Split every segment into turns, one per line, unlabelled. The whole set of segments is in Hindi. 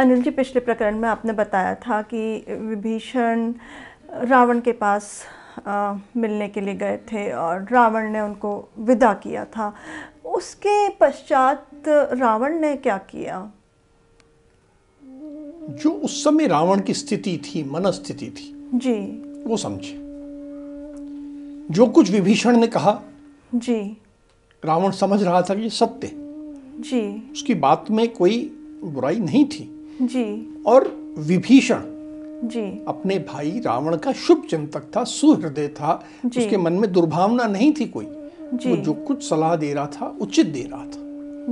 अनिल जी पिछले प्रकरण में आपने बताया था कि विभीषण रावण के पास अ, मिलने के लिए गए थे और रावण ने उनको विदा किया था उसके पश्चात रावण ने क्या किया
जो उस समय रावण की स्थिति थी मन स्थिति थी
जी
वो समझे जो कुछ विभीषण ने कहा
जी
रावण समझ रहा था कि ये सत्य है।
जी
उसकी बात में कोई बुराई नहीं थी
जी
और विभीषण
जी
अपने भाई रावण का शुभ चिंतक था सुहृदय था
जी।
उसके मन में दुर्भावना नहीं थी कोई
जी
वो जो कुछ सलाह दे रहा था उचित दे रहा था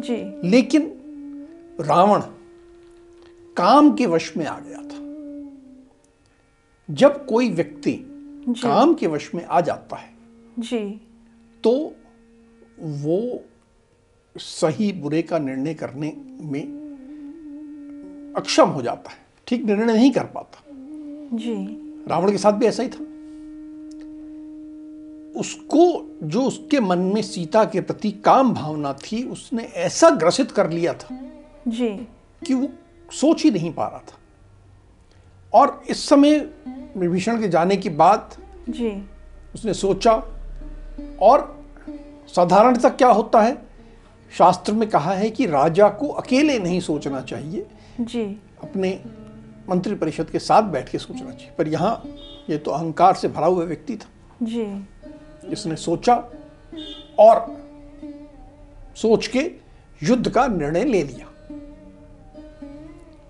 जी
लेकिन रावण काम के वश में आ गया था जब कोई व्यक्ति काम के वश में आ जाता है
जी
तो वो सही बुरे का निर्णय करने में अक्षम हो जाता है ठीक निर्णय नहीं कर पाता
जी
रावण के साथ भी ऐसा ही था उसको जो उसके मन में सीता के प्रति काम भावना थी उसने ऐसा ग्रसित कर लिया था
जी
कि वो सोच ही नहीं पा रहा था और इस समय विभीषण के जाने की बात
जी
उसने सोचा और साधारणतः क्या होता है शास्त्र में कहा है कि राजा को अकेले नहीं सोचना चाहिए
जी
अपने मंत्रि परिषद के साथ बैठ के सोचना चाहिए पर यहाँ ये तो अहंकार से भरा हुआ व्यक्ति था
जी
इसने सोचा और सोच के युद्ध का निर्णय ले लिया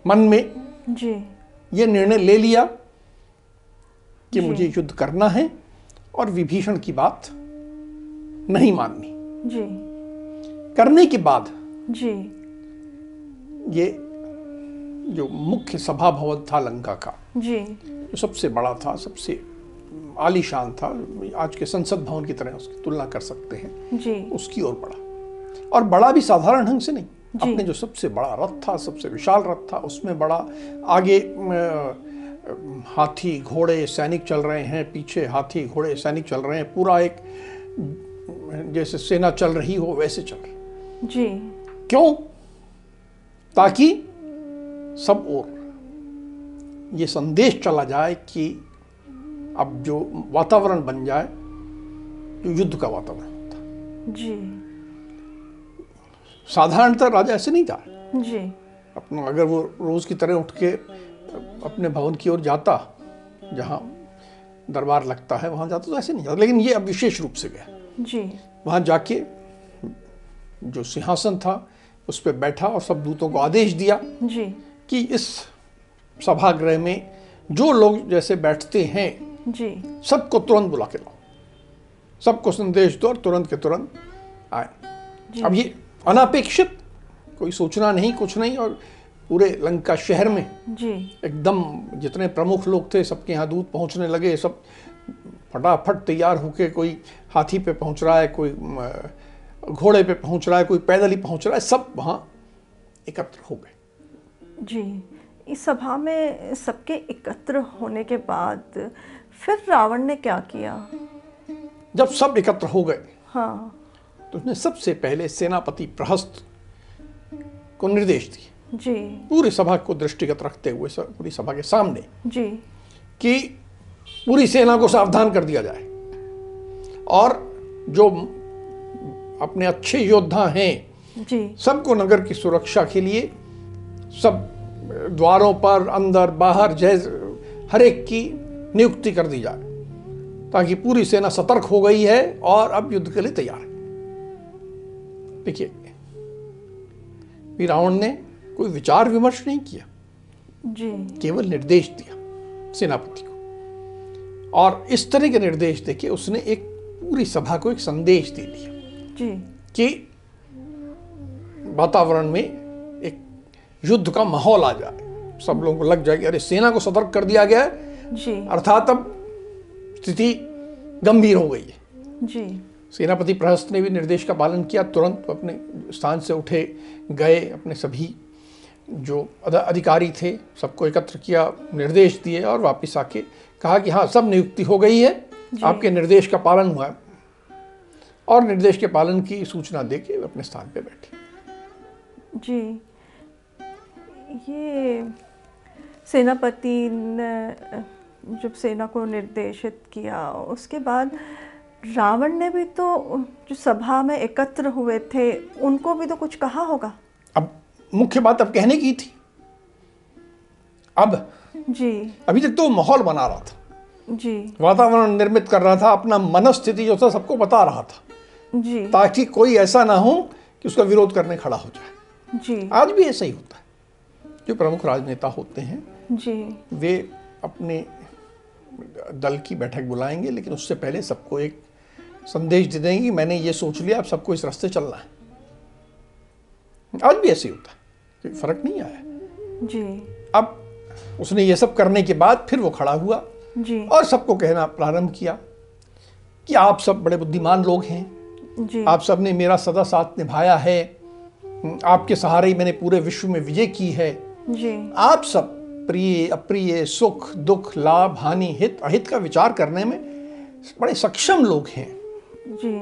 मन में
जी
ये निर्णय ले लिया कि मुझे युद्ध करना है और विभीषण की बात नहीं माननी
जी
करने के बाद
जी
ये जो मुख्य सभा भवन था लंका का
जी
जो सबसे बड़ा था सबसे आलीशान था आज के संसद भवन की तरह उसकी तुलना कर सकते हैं
जी
तो उसकी ओर बढ़ा और बड़ा भी साधारण ढंग से नहीं
जी।
अपने जो सबसे बड़ा रथ था सबसे विशाल रथ था उसमें बड़ा आगे अम, अम, हाथी घोड़े सैनिक चल रहे हैं पीछे हाथी घोड़े सैनिक चल रहे हैं पूरा एक अम, जैसे सेना चल रही हो वैसे चल रही
जी
क्यों ताकि सब ओर ये संदेश चला जाए कि अब जो वातावरण बन जाए जो युद्ध का वातावरण होता है।
जी
साधारणतः राजा ऐसे नहीं था
जी
अपना अगर वो रोज की तरह उठ के अपने भवन की ओर जाता जहाँ दरबार लगता है वहाँ जाता तो ऐसे नहीं जाता लेकिन ये अब विशेष रूप से गया
जी
वहाँ जाके जो सिंहासन था उस पर बैठा और सब दूतों को आदेश दिया
जी
कि इस सभागृह में जो लोग जैसे बैठते हैं
जी
सबको तुरंत बुला के लाओ सबको संदेश दो और तुरंत के तुरंत आए
जी
अब ये अनापेक्षित कोई सूचना नहीं कुछ नहीं और पूरे लंका शहर में
जी
एकदम जितने प्रमुख लोग थे सबके यहाँ दूध पहुँचने लगे सब फटाफट तैयार होके कोई हाथी पे पहुँच रहा है कोई अम, घोड़े पे पहुँच रहा है कोई पैदल ही पहुँच रहा है सब वहाँ एकत्र हो गए
जी इस सभा में सबके एकत्र होने के बाद फिर रावण ने क्या किया
जब सब एकत्र हो गए
हाँ
तो उसने सबसे पहले सेनापति प्रहस्त को निर्देश दिए
जी
पूरी सभा को दृष्टिगत रखते हुए स- पूरी सभा के सामने
जी
कि पूरी सेना को सावधान कर दिया जाए और जो अपने अच्छे योद्धा हैं
जी
सबको नगर की सुरक्षा के लिए सब द्वारों पर अंदर बाहर जैज हर एक की नियुक्ति कर दी जाए ताकि पूरी सेना सतर्क हो गई है और अब युद्ध के लिए तैयार है देखिए भी रावण ने कोई विचार विमर्श नहीं किया
जी
केवल निर्देश दिया सेनापति को और इस तरह के निर्देश देके उसने एक पूरी सभा को एक संदेश दे दिया
जी
कि वातावरण में एक युद्ध का माहौल आ जाए सब लोगों को लग जाएगी अरे सेना को सतर्क कर दिया गया है
जी
अर्थात अब स्थिति गंभीर हो गई है
जी
सेनापति प्रहस्त ने भी निर्देश का पालन किया तुरंत वो अपने स्थान से उठे गए अपने सभी जो अध- अधिकारी थे सबको एकत्र किया निर्देश दिए और वापस आके कहा कि हाँ सब नियुक्ति हो गई है आपके निर्देश का पालन हुआ है और निर्देश के पालन की सूचना दे के वे अपने स्थान पे बैठे
जी ये सेनापति ने जब सेना को निर्देशित किया उसके बाद रावण ने भी तो जो सभा में एकत्र हुए थे उनको भी तो कुछ कहा होगा
अब मुख्य बात अब कहने की थी अब
जी
अभी तक तो वो माहौल बना रहा था
जी
वातावरण निर्मित कर रहा था अपना मनस्थिति जो था सबको बता रहा था
जी
ताकि कोई ऐसा ना हो कि उसका विरोध करने खड़ा हो जाए
जी
आज भी ऐसा ही होता है जो प्रमुख राजनेता होते हैं
जी
वे अपने दल की बैठक बुलाएंगे लेकिन उससे पहले सबको एक संदेश दे देंगे कि मैंने ये सोच लिया अब सबको इस रास्ते चलना है आज भी ऐसे ही होता है कोई फर्क नहीं आया
जी
अब उसने ये सब करने के बाद फिर वो खड़ा हुआ
जी
और सबको कहना प्रारंभ किया कि आप सब बड़े बुद्धिमान लोग हैं
जी
आप सबने मेरा सदा साथ निभाया है आपके सहारे ही मैंने पूरे विश्व में विजय की है
जी
आप सब प्रिय अप्रिय सुख दुख लाभ हानि हित अहित का विचार करने में बड़े सक्षम लोग हैं
जी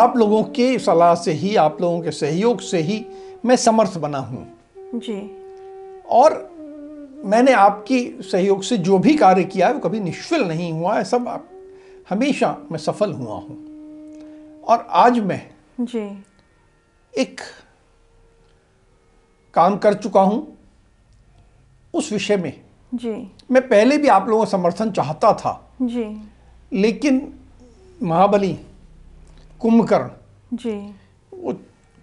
आप लोगों के सलाह से ही आप लोगों के सहयोग से ही मैं समर्थ बना हूँ
जी
और मैंने आपकी सहयोग से जो भी कार्य किया है वो कभी निष्फल नहीं हुआ है सब आप हमेशा मैं सफल हुआ हूँ और आज मैं
जी
एक काम कर चुका हूं उस विषय में
जी
मैं पहले भी आप लोगों का समर्थन चाहता था
जी
लेकिन महाबली कुंभकर्ण
जी
वो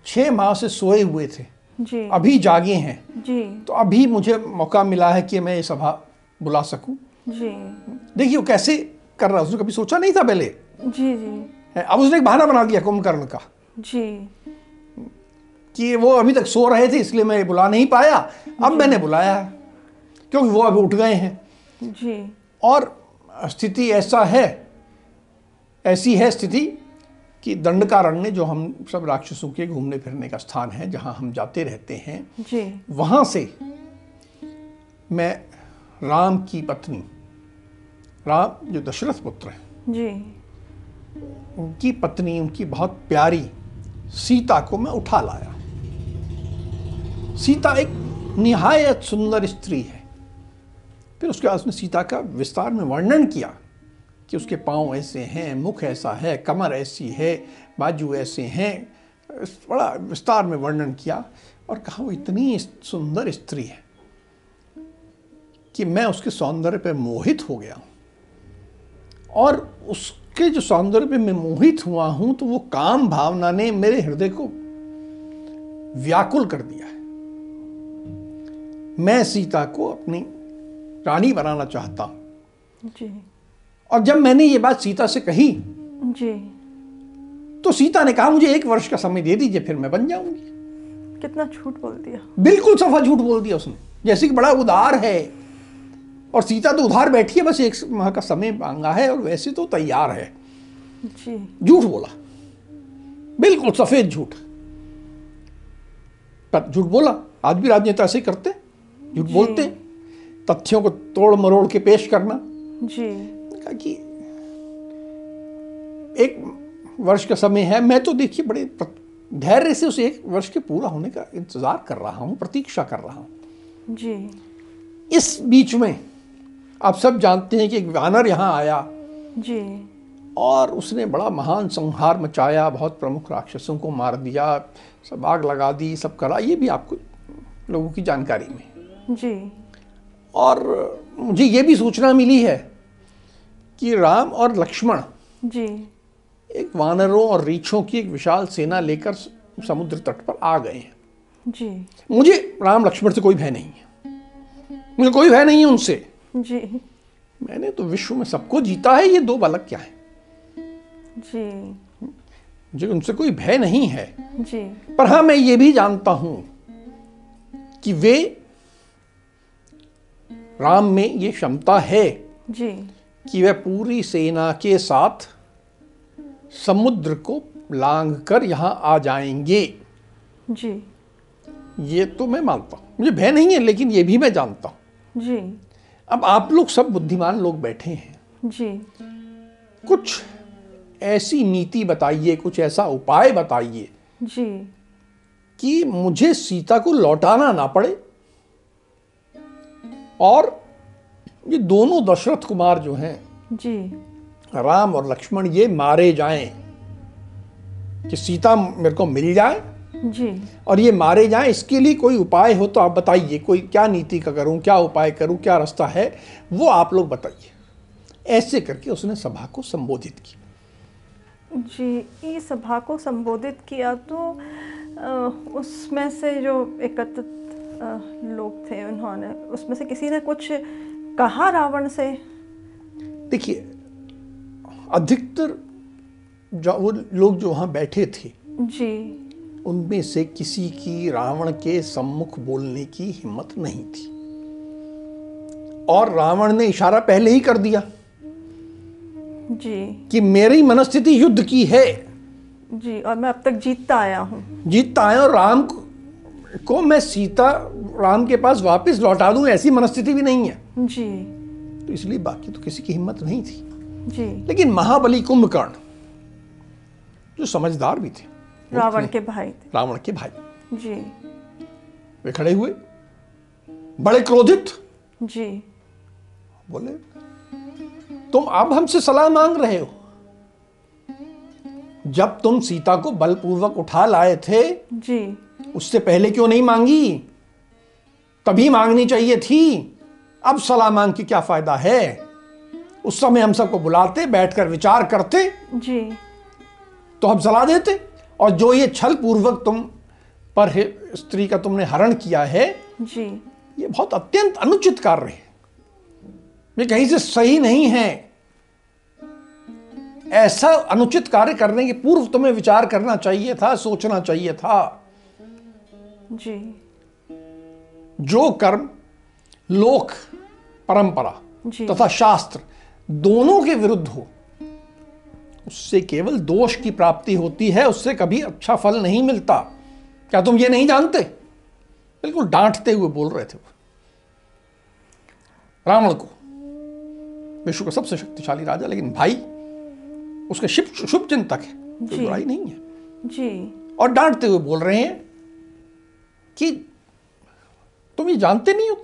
छः माह से सोए हुए थे
जी
अभी जागे हैं
जी
तो अभी मुझे मौका मिला है कि मैं ये सभा बुला सकूं
जी
देखिए वो कैसे कर रहा है उसने कभी सोचा नहीं था पहले
जी जी
अब उसने एक बहाना बना दिया कुंभकर्ण का
जी
कि वो अभी तक सो रहे थे इसलिए मैं बुला नहीं पाया अब मैंने बुलाया है क्योंकि वो अभी उठ गए हैं
जी
और स्थिति ऐसा है ऐसी है स्थिति कि दंडकारण्य जो हम सब राक्षसों के घूमने फिरने का स्थान है जहां हम जाते रहते हैं
जी
वहां से मैं राम की पत्नी राम जो दशरथ पुत्र हैं
जी
उनकी पत्नी उनकी बहुत प्यारी सीता को मैं उठा लाया सीता एक निहायत सुंदर स्त्री है फिर उसके बाद उसने सीता का विस्तार में वर्णन किया कि उसके पांव ऐसे हैं मुख ऐसा है कमर ऐसी है बाजू ऐसे हैं इस बड़ा विस्तार में वर्णन किया और कहा वो इतनी सुंदर स्त्री है कि मैं उसके सौंदर्य पर मोहित हो गया हूँ और उसके जो सौंदर्य पे मैं मोहित हुआ हूं तो वो काम भावना ने मेरे हृदय को व्याकुल कर दिया है मैं सीता को अपनी रानी बनाना चाहता हूं
जी
और जब मैंने ये बात सीता से कही
जी
तो सीता ने कहा मुझे एक वर्ष का समय दे दीजिए फिर मैं बन जाऊंगी
कितना झूठ बोल दिया
बिल्कुल सफा झूठ बोल दिया उसने जैसे कि बड़ा उदार है और सीता तो उधार बैठी है बस एक माह का समय मांगा है और वैसे तो तैयार है
जी
झूठ बोला बिल्कुल सफेद झूठ पर झूठ बोला आज भी राजनेता ऐसे ही करते झूठ बोलते हैं। तथ्यों को तोड़ मरोड़ के पेश करना
जी
कहा कि एक वर्ष का समय है मैं तो देखिए बड़े प्र- धैर्य से उस एक वर्ष के पूरा होने का इंतजार कर रहा हूं प्रतीक्षा कर रहा हूं
जी
इस बीच में आप सब जानते हैं कि एक वानर यहाँ आया
जी
और उसने बड़ा महान संहार मचाया बहुत प्रमुख राक्षसों को मार दिया सब आग लगा दी सब करा ये भी आपको लोगों की जानकारी में
जी
और मुझे ये भी सूचना मिली है कि राम और लक्ष्मण
जी
एक वानरों और रीछों की एक विशाल सेना लेकर समुद्र तट पर आ गए हैं
जी
मुझे राम लक्ष्मण से कोई भय नहीं है मुझे कोई भय नहीं है उनसे
जी
मैंने तो विश्व में सबको जीता है ये दो बालक क्या है
जी
मुझे उनसे कोई भय नहीं है
जी
पर हाँ मैं ये भी जानता हूं कि वे राम में ये क्षमता है
जी
कि वह पूरी सेना के साथ समुद्र को लांग कर यहाँ आ जाएंगे
जी
ये तो मैं मानता हूँ मुझे भय नहीं है लेकिन ये भी मैं जानता हूँ
जी
अब आप लोग सब बुद्धिमान लोग बैठे हैं
जी
कुछ ऐसी नीति बताइए कुछ ऐसा उपाय बताइए
जी
कि मुझे सीता को लौटाना ना पड़े और ये दोनों दशरथ कुमार जो हैं
जी
राम और लक्ष्मण ये मारे जाएं कि सीता मेरे को मिल जाए
जी
और ये मारे जाएं इसके लिए कोई उपाय हो तो आप बताइए कोई क्या नीति का करूं क्या उपाय करूं क्या रास्ता है वो आप लोग बताइए ऐसे करके उसने सभा को संबोधित किया
जी इस सभा को संबोधित किया तो अ, उसमें से जो एकत्रित अ, लोग थे उन्होंने उसमें से किसी ने कुछ कहा रावण से
देखिए अधिकतर जो वो लोग जो वहाँ बैठे थे
जी
उनमें से किसी की रावण के सम्मुख बोलने की हिम्मत नहीं थी और रावण ने इशारा पहले ही कर दिया
जी
कि मेरी मनस्थिति युद्ध की है
जी और मैं अब तक जीतता आया हूँ
जीतता है और राम को- को मैं सीता राम के पास वापस लौटा दूं ऐसी मनस्थिति भी नहीं है
जी
तो इसलिए बाकी तो किसी की हिम्मत नहीं थी
जी
लेकिन महाबली कुंभकर्ण जो समझदार भी थे
रावण के भाई
रावण के भाई
थे जी
वे खड़े हुए बड़े क्रोधित
जी
बोले तुम अब हमसे सलाह मांग रहे हो जब तुम सीता को बलपूर्वक उठा लाए थे
जी
उससे पहले क्यों नहीं मांगी तभी मांगनी चाहिए थी अब सलाह मांग के क्या फायदा है उस समय हम सबको बुलाते बैठकर विचार करते
जी
तो हम सलाह देते और जो ये छल पूर्वक तुम पर हे- स्त्री का तुमने हरण किया है
जी
ये बहुत अत्यंत अनुचित कार्य है ये कहीं से सही नहीं है ऐसा अनुचित कार्य करने के पूर्व तुम्हें विचार करना चाहिए था सोचना चाहिए था
जी
जो कर्म लोक परंपरा
जी।
तथा शास्त्र दोनों के विरुद्ध हो उससे केवल दोष की प्राप्ति होती है उससे कभी अच्छा फल नहीं मिलता क्या तुम ये नहीं जानते बिल्कुल डांटते हुए बोल रहे थे वो रावण को विश्व का सबसे शक्तिशाली राजा लेकिन भाई उसके शुभ शुभ चिंतक है कोई
जी।
बुराई नहीं है
जी
और डांटते हुए बोल रहे हैं कि तुम ये जानते नहीं हो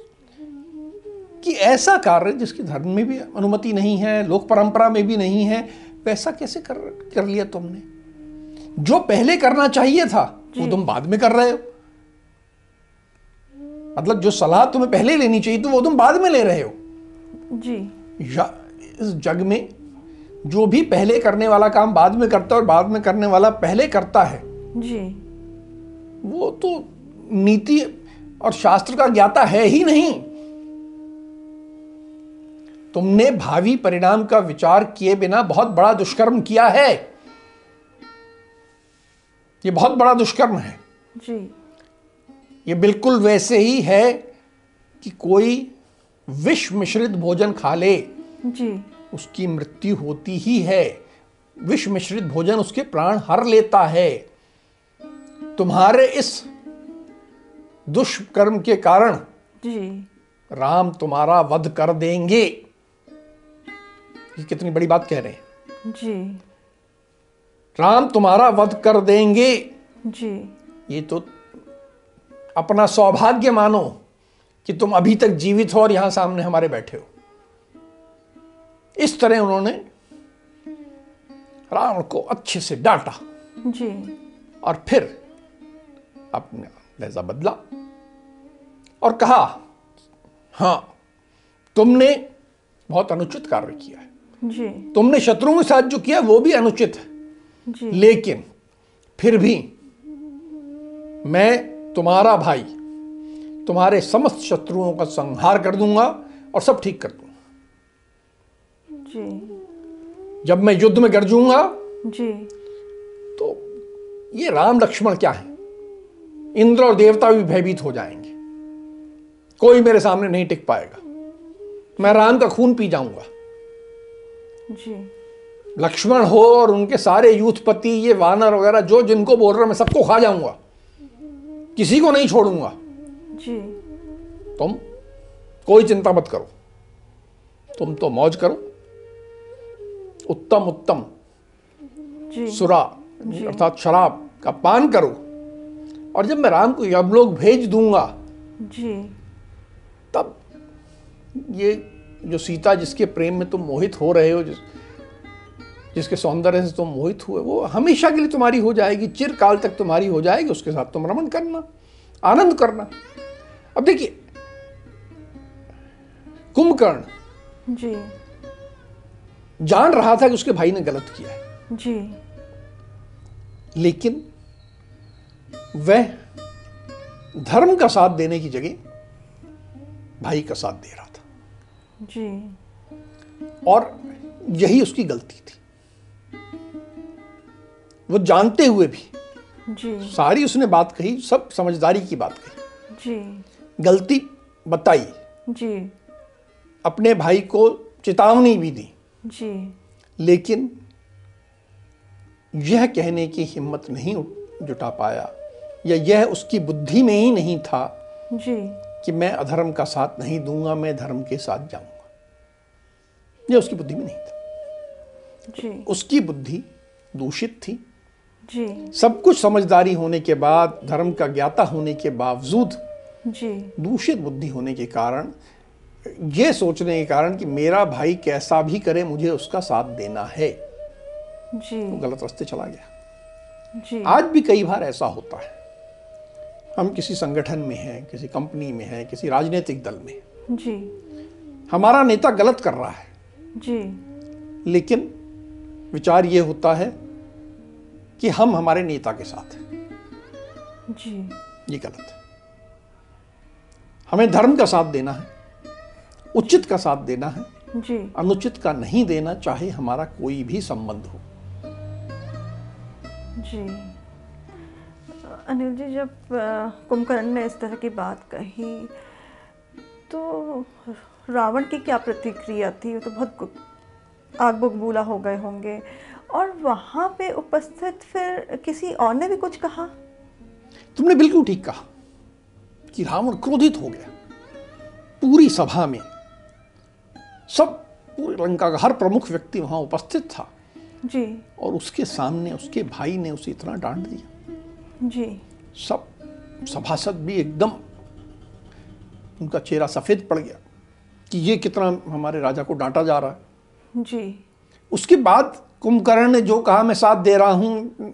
कि ऐसा कार्य जिसके धर्म में भी अनुमति नहीं है लोक परंपरा में भी नहीं है वैसा कैसे कर कर लिया तुमने जो पहले करना चाहिए था वो
जी।
तुम बाद में कर रहे हो मतलब जो सलाह तुम्हें पहले लेनी चाहिए तो वो तुम बाद में ले रहे हो
जी
या इस जग में जो भी पहले करने वाला काम बाद में करता है और बाद में करने वाला पहले करता है
जी
वो तो नीति और शास्त्र का ज्ञाता है ही नहीं तुमने भावी परिणाम का विचार किए बिना बहुत बड़ा दुष्कर्म किया है ये बहुत बड़ा दुष्कर्म है
जी
ये बिल्कुल वैसे ही है कि कोई विष मिश्रित भोजन खा ले
जी
उसकी मृत्यु होती ही है विष मिश्रित भोजन उसके प्राण हर लेता है तुम्हारे इस दुष्कर्म के कारण
जी
राम तुम्हारा वध कर देंगे ये कितनी बड़ी बात कह रहे हैं
जी
राम तुम्हारा वध कर देंगे
जी
ये तो अपना सौभाग्य मानो कि तुम अभी तक जीवित हो और यहां सामने हमारे बैठे हो इस तरह उन्होंने रावण को अच्छे से डांटा
जी
और फिर अपना लहजा बदला और कहा हां तुमने बहुत अनुचित कार्य किया है
जी
तुमने शत्रुओं के साथ जो किया वो भी अनुचित है
जी
लेकिन फिर भी मैं तुम्हारा भाई तुम्हारे समस्त शत्रुओं का संहार कर दूंगा और सब ठीक कर दूंगा
जी
जब मैं युद्ध में गरजूंगा
जी
तो ये राम लक्ष्मण क्या है इंद्र और देवता भी भयभीत हो जाएंगे कोई मेरे सामने नहीं टिक पाएगा मैं राम का खून पी जाऊंगा
जी
लक्ष्मण हो और उनके सारे यूथपति ये वानर वगैरह जो जिनको बोल रहा मैं सबको खा जाऊंगा किसी को नहीं छोड़ूंगा
जी
तुम कोई चिंता मत करो तुम तो मौज करो उत्तम उत्तम
जी
सुरा अर्थात शराब का पान करो और जब मैं राम को यम लोग भेज दूंगा
जी
तब ये जो सीता जिसके प्रेम में तुम मोहित हो रहे हो जिस जिसके सौंदर्य से तुम मोहित हुए वो हमेशा के लिए तुम्हारी हो जाएगी चिरकाल तक तुम्हारी हो जाएगी उसके साथ तुम रमन करना आनंद करना अब देखिए कुंभकर्ण
जी
जान रहा था कि उसके भाई ने गलत किया है
जी
लेकिन वह धर्म का साथ देने की जगह भाई का साथ दे रहा था
जी
और यही उसकी गलती थी वो जानते हुए भी
जी
सारी उसने बात कही सब समझदारी की बात कही
जी
गलती बताई
जी
अपने भाई को चेतावनी भी दी
जी
लेकिन यह कहने की हिम्मत नहीं उठ- जुटा पाया या यह उसकी बुद्धि में ही नहीं था
जी
कि मैं अधर्म का साथ नहीं दूंगा मैं धर्म के साथ जाऊंगा यह उसकी बुद्धि में नहीं था
जी
उसकी बुद्धि दूषित थी
जी
सब कुछ समझदारी होने के बाद धर्म का ज्ञाता होने के बावजूद
जी
दूषित बुद्धि होने के कारण यह सोचने के कारण कि मेरा भाई कैसा भी करे मुझे उसका साथ देना है वो
जी
गलत रास्ते चला गया
जी
आज भी कई बार ऐसा होता है हम किसी संगठन में हैं किसी कंपनी में हैं किसी राजनीतिक दल में हैं।
जी
हमारा नेता गलत कर रहा है
जी
लेकिन विचार ये होता है कि हम हमारे नेता के साथ हैं
जी
ये गलत है हमें धर्म का साथ देना है उचित का साथ देना है
जी
अनुचित का नहीं देना चाहे हमारा कोई भी संबंध हो
जी अनिल जी जब अ, कुंभकर्ण ने इस तरह की बात कही तो रावण की क्या प्रतिक्रिया थी वो तो बहुत गु- आग बबूला हो गए होंगे और वहाँ पे उपस्थित फिर किसी और ने भी कुछ कहा
तुमने बिल्कुल ठीक कहा कि रावण क्रोधित हो गया पूरी सभा में सब पूरी लंका का हर प्रमुख व्यक्ति वहां उपस्थित था
जी
और उसके सामने उसके भाई ने उसे इतना डांट दिया
जी
सब सभासद भी एकदम उनका चेहरा सफेद पड़ गया कि ये कितना हमारे राजा को डांटा जा रहा है
जी
उसके बाद कुंभकर्ण ने जो कहा मैं साथ दे रहा हूं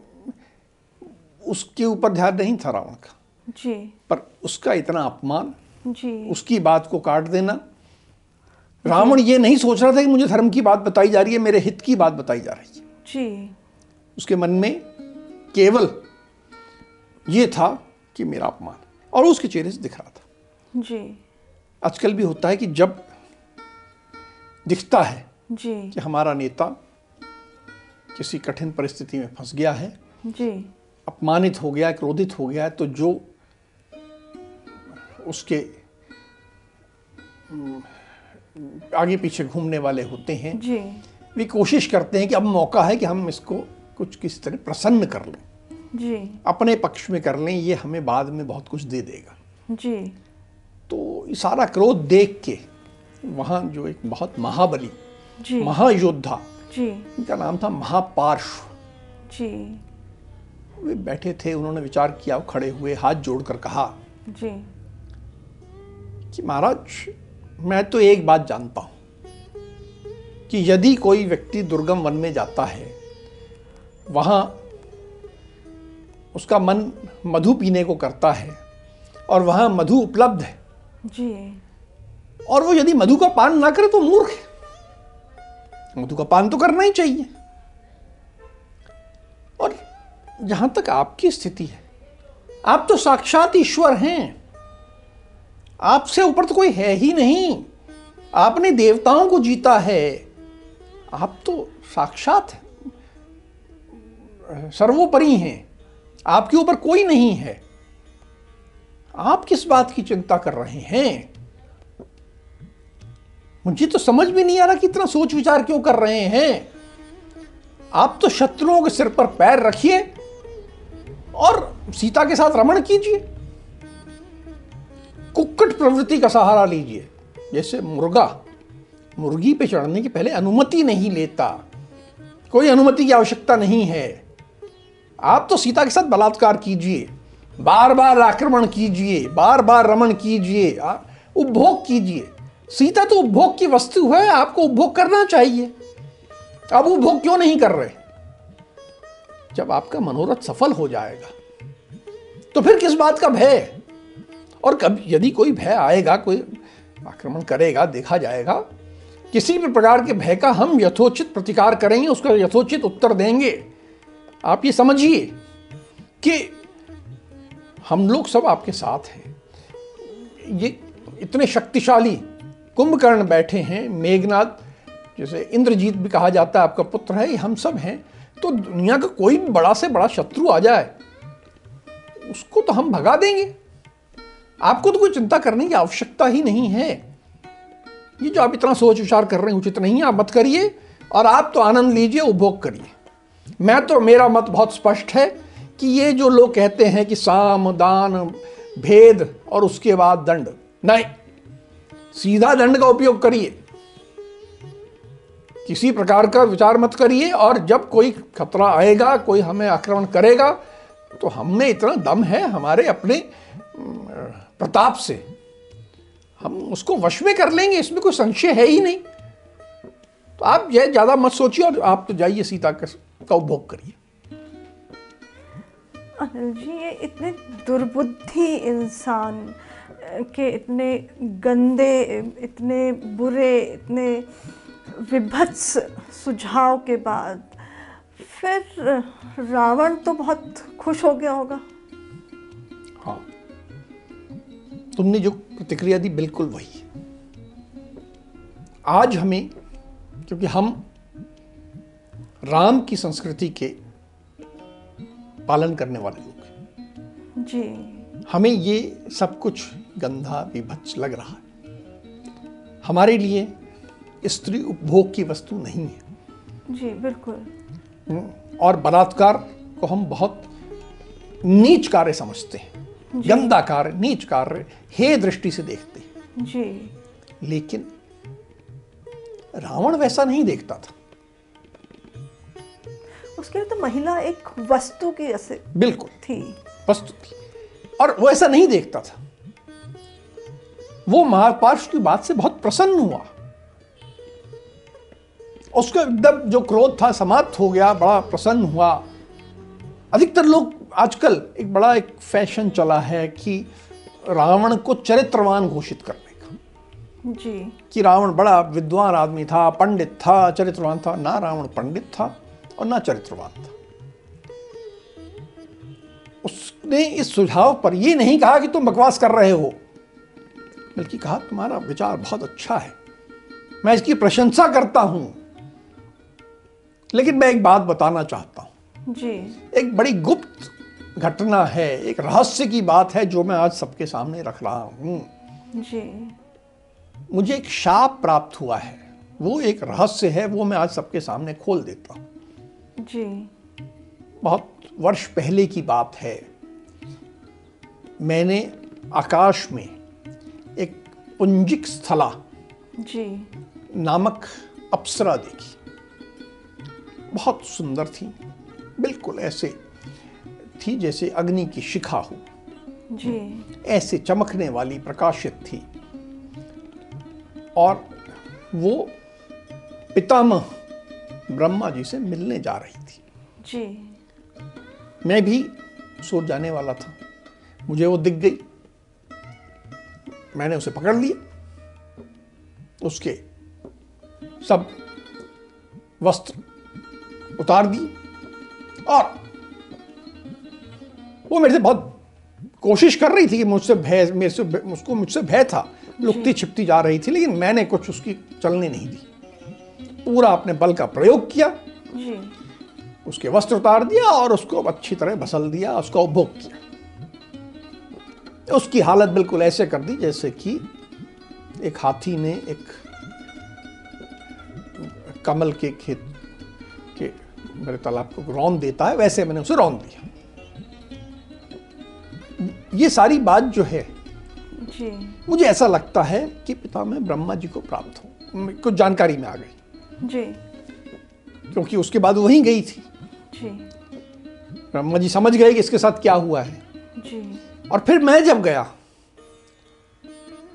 उसके ऊपर ध्यान नहीं था रावण का
जी
पर उसका इतना अपमान
जी
उसकी बात को काट देना रावण ये नहीं सोच रहा था कि मुझे धर्म की बात बताई जा रही है मेरे हित की बात बताई जा रही है
जी
उसके मन में केवल ये था कि मेरा अपमान और उसके चेहरे से दिख रहा था
जी
आजकल भी होता है कि जब दिखता है
जी
कि हमारा नेता किसी कठिन परिस्थिति में फंस गया है
जी
अपमानित हो गया है क्रोधित हो गया है तो जो उसके अम, आगे पीछे घूमने वाले होते हैं
जी
वे कोशिश करते हैं कि अब मौका है कि हम इसको कुछ किसी तरह प्रसन्न कर लें
जी
अपने पक्ष में कर लें ये हमें बाद में बहुत कुछ दे देगा
जी
तो ये सारा क्रोध देख के वहाँ जो एक बहुत महाबली
जी
महायोद्धा
जी
इनका नाम था महापार्श्व
जी
वे बैठे थे उन्होंने विचार किया खड़े हुए हाथ जोड़कर कहा
जी
कि महाराज मैं तो एक बात जानता हूँ कि यदि कोई व्यक्ति दुर्गम वन में जाता है वहाँ उसका मन मधु पीने को करता है और वहाँ मधु उपलब्ध है
जी
और वो यदि मधु का पान ना करे तो मूर्ख है मधु का पान तो करना ही चाहिए और जहां तक आपकी स्थिति है आप तो साक्षात ईश्वर हैं आपसे ऊपर तो कोई है ही नहीं आपने देवताओं को जीता है आप तो साक्षात अ, सर्वोपरि हैं आपके ऊपर कोई नहीं है आप किस बात की चिंता कर रहे हैं मुझे तो समझ में नहीं आ रहा कि इतना सोच विचार क्यों कर रहे हैं आप तो शत्रुओं के सिर पर पैर रखिए और सीता के साथ रमण कीजिए कुक्कट प्रवृत्ति का सहारा लीजिए जैसे मुर्गा मुर्गी पे चढ़ने की पहले अनुमति नहीं लेता कोई अनुमति की आवश्यकता नहीं है आप तो सीता के साथ बलात्कार कीजिए बार बार आक्रमण कीजिए बार बार रमण कीजिए आ- उपभोग कीजिए सीता तो उपभोग की वस्तु है आपको उपभोग करना चाहिए आप उपभोग क्यों नहीं कर रहे जब आपका मनोरथ सफल हो जाएगा तो फिर किस बात का भय और कभी यदि कोई भय आएगा कोई आक्रमण करेगा देखा जाएगा किसी भी प्रकार के भय का हम यथोचित प्रतिकार करेंगे उसका यथोचित उत्तर देंगे आप ये समझिए कि हम लोग सब आपके साथ हैं ये इतने शक्तिशाली कुंभकर्ण बैठे हैं मेघनाथ जैसे इंद्रजीत भी कहा जाता है आपका पुत्र है ये हम सब हैं तो दुनिया का कोई भी बड़ा से बड़ा शत्रु आ जाए उसको तो हम भगा देंगे आपको तो कोई चिंता करने की आवश्यकता ही नहीं है ये जो आप इतना सोच विचार कर रहे हैं उचित नहीं है आप मत करिए और आप तो आनंद लीजिए उपभोग करिए मैं तो मेरा मत बहुत स्पष्ट है कि ये जो लोग कहते हैं कि साम दान भेद और उसके बाद दंड नहीं सीधा दंड का उपयोग करिए किसी प्रकार का विचार मत करिए और जब कोई खतरा आएगा कोई हमें आक्रमण करेगा तो हमने इतना दम है हमारे अपने अम, प्रताप से हम उसको वश में कर लेंगे इसमें कोई संशय है ही नहीं तो आप यह ज्यादा मत सोचिए और आप तो जाइए सीता का का उपभोग करिए
अनिल जी ये इतने दुर्बुद्धि इंसान अ, के इतने गंदे इतने बुरे इतने विभत्स सुझाव के बाद फिर अ, रावण तो बहुत खुश हो गया होगा
हाँ तुमने जो प्रतिक्रिया दी बिल्कुल वही आज हमें क्योंकि हम राम की संस्कृति के पालन करने वाले लोग हैं
जी
हमें ये सब कुछ गंधा विभत्स लग रहा है हमारे लिए स्त्री उपभोग की वस्तु नहीं है
जी बिल्कुल
और बलात्कार को हम बहुत नीच कार्य समझते हैं गंदा कार्य नीच कार्य हे दृष्टि से देखते हैं
जी
लेकिन रावण वैसा नहीं देखता था
उसके लिए तो महिला एक वस्तु की ऐसे
बिल्कुल
थी
वस्तु थी और वो ऐसा नहीं देखता था वो महापार्श की बात से बहुत प्रसन्न हुआ उसको एकदम जो क्रोध था समाप्त हो गया बड़ा प्रसन्न हुआ अधिकतर लोग आजकल एक बड़ा एक फैशन चला है कि रावण को चरित्रवान घोषित करने का
जी
कि रावण बड़ा विद्वान आदमी था पंडित था चरित्रवान था ना रावण पंडित था और ना चरित्रवान था उसने इस सुझाव पर यह नहीं कहा कि तुम बकवास कर रहे हो बल्कि कहा तुम्हारा विचार बहुत अच्छा है मैं इसकी प्रशंसा करता हूं लेकिन मैं एक बात बताना चाहता हूं
जी
एक बड़ी गुप्त घटना है एक रहस्य की बात है जो मैं आज सबके सामने रख रहा हूं
जी
मुझे एक शाप प्राप्त हुआ है वो एक रहस्य है वो मैं आज सबके सामने खोल देता हूँ
जी
बहुत वर्ष पहले की बात है मैंने आकाश में एक पुंजिक स्थला
जी
नामक अप्सरा देखी बहुत सुंदर थी बिल्कुल ऐसे थी जैसे अग्नि की शिखा हो
जी
ऐसे चमकने वाली प्रकाशित थी और वो पितामह ब्रह्मा जी से मिलने जा रही थी
जी
मैं भी सो जाने वाला था मुझे वो दिख गई मैंने उसे पकड़ लिया उसके सब वस्त्र उतार दिए और वो मेरे से बहुत कोशिश कर रही थी कि मुझसे भय मेरे से उसको मुझसे भय था लुकती छिपती जा रही थी लेकिन मैंने कुछ उसकी चलने नहीं दी पूरा अपने बल का प्रयोग किया
जी
उसके वस्त्र उतार दिया और उसको अच्छी तरह बसल दिया उसका उपभोग किया उसकी हालत बिल्कुल ऐसे कर दी जैसे कि एक हाथी ने एक कमल के खेत के मेरे तालाब को रौन देता है वैसे मैंने उसे रौन दिया ये सारी बात जो है
जी
मुझे ऐसा लगता है कि पिता में ब्रह्मा जी को प्राप्त हो मेरे को जानकारी में आ गई
जी
क्योंकि उसके बाद वहीं गई थी
जी
ब्रह्मा जी समझ गए कि इसके साथ क्या हुआ है
जी
और फिर मैं जब गया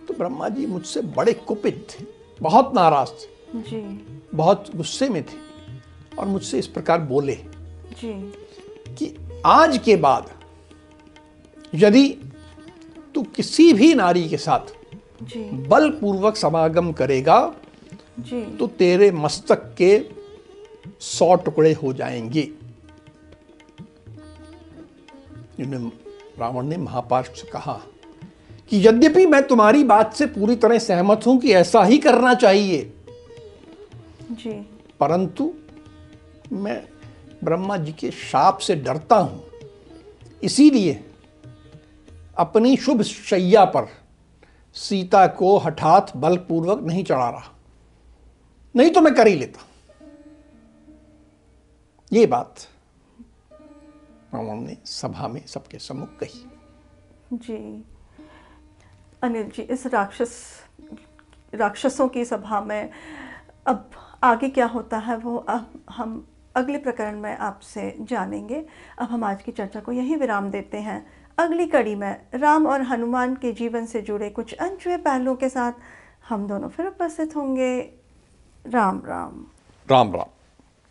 तो ब्रह्मा जी मुझसे बड़े कुपित थे बहुत नाराज थे
जी
बहुत गुस्से में थे और मुझसे इस प्रकार बोले
जी
कि आज के बाद यदि तू किसी भी नारी के साथ
जी
बलपूर्वक समागम करेगा
जी
तो तेरे मस्तक के सौ टुकड़े हो जाएंगे इन्हें रावण ने महापार्थ से कहा कि यद्यपि मैं तुम्हारी बात से पूरी तरह सहमत हूं कि ऐसा ही करना चाहिए
जी
परंतु मैं ब्रह्मा जी के शाप से डरता हूं इसीलिए अपनी शुभ शैया पर सीता को हठात बलपूर्वक नहीं चढ़ा रहा नहीं तो मैं कर ही लेता ये बात रावण ने सभा में सबके सम्मुख कही
जी अनिल जी इस राक्षस राक्षसों की सभा में अब आगे क्या होता है वो अब हम अगले प्रकरण में आपसे जानेंगे अब हम आज की चर्चा को यहीं विराम देते हैं अगली कड़ी में राम और हनुमान के जीवन से जुड़े कुछ अनछुए पहलुओं के साथ हम दोनों फिर उपस्थित होंगे राम राम
राम राम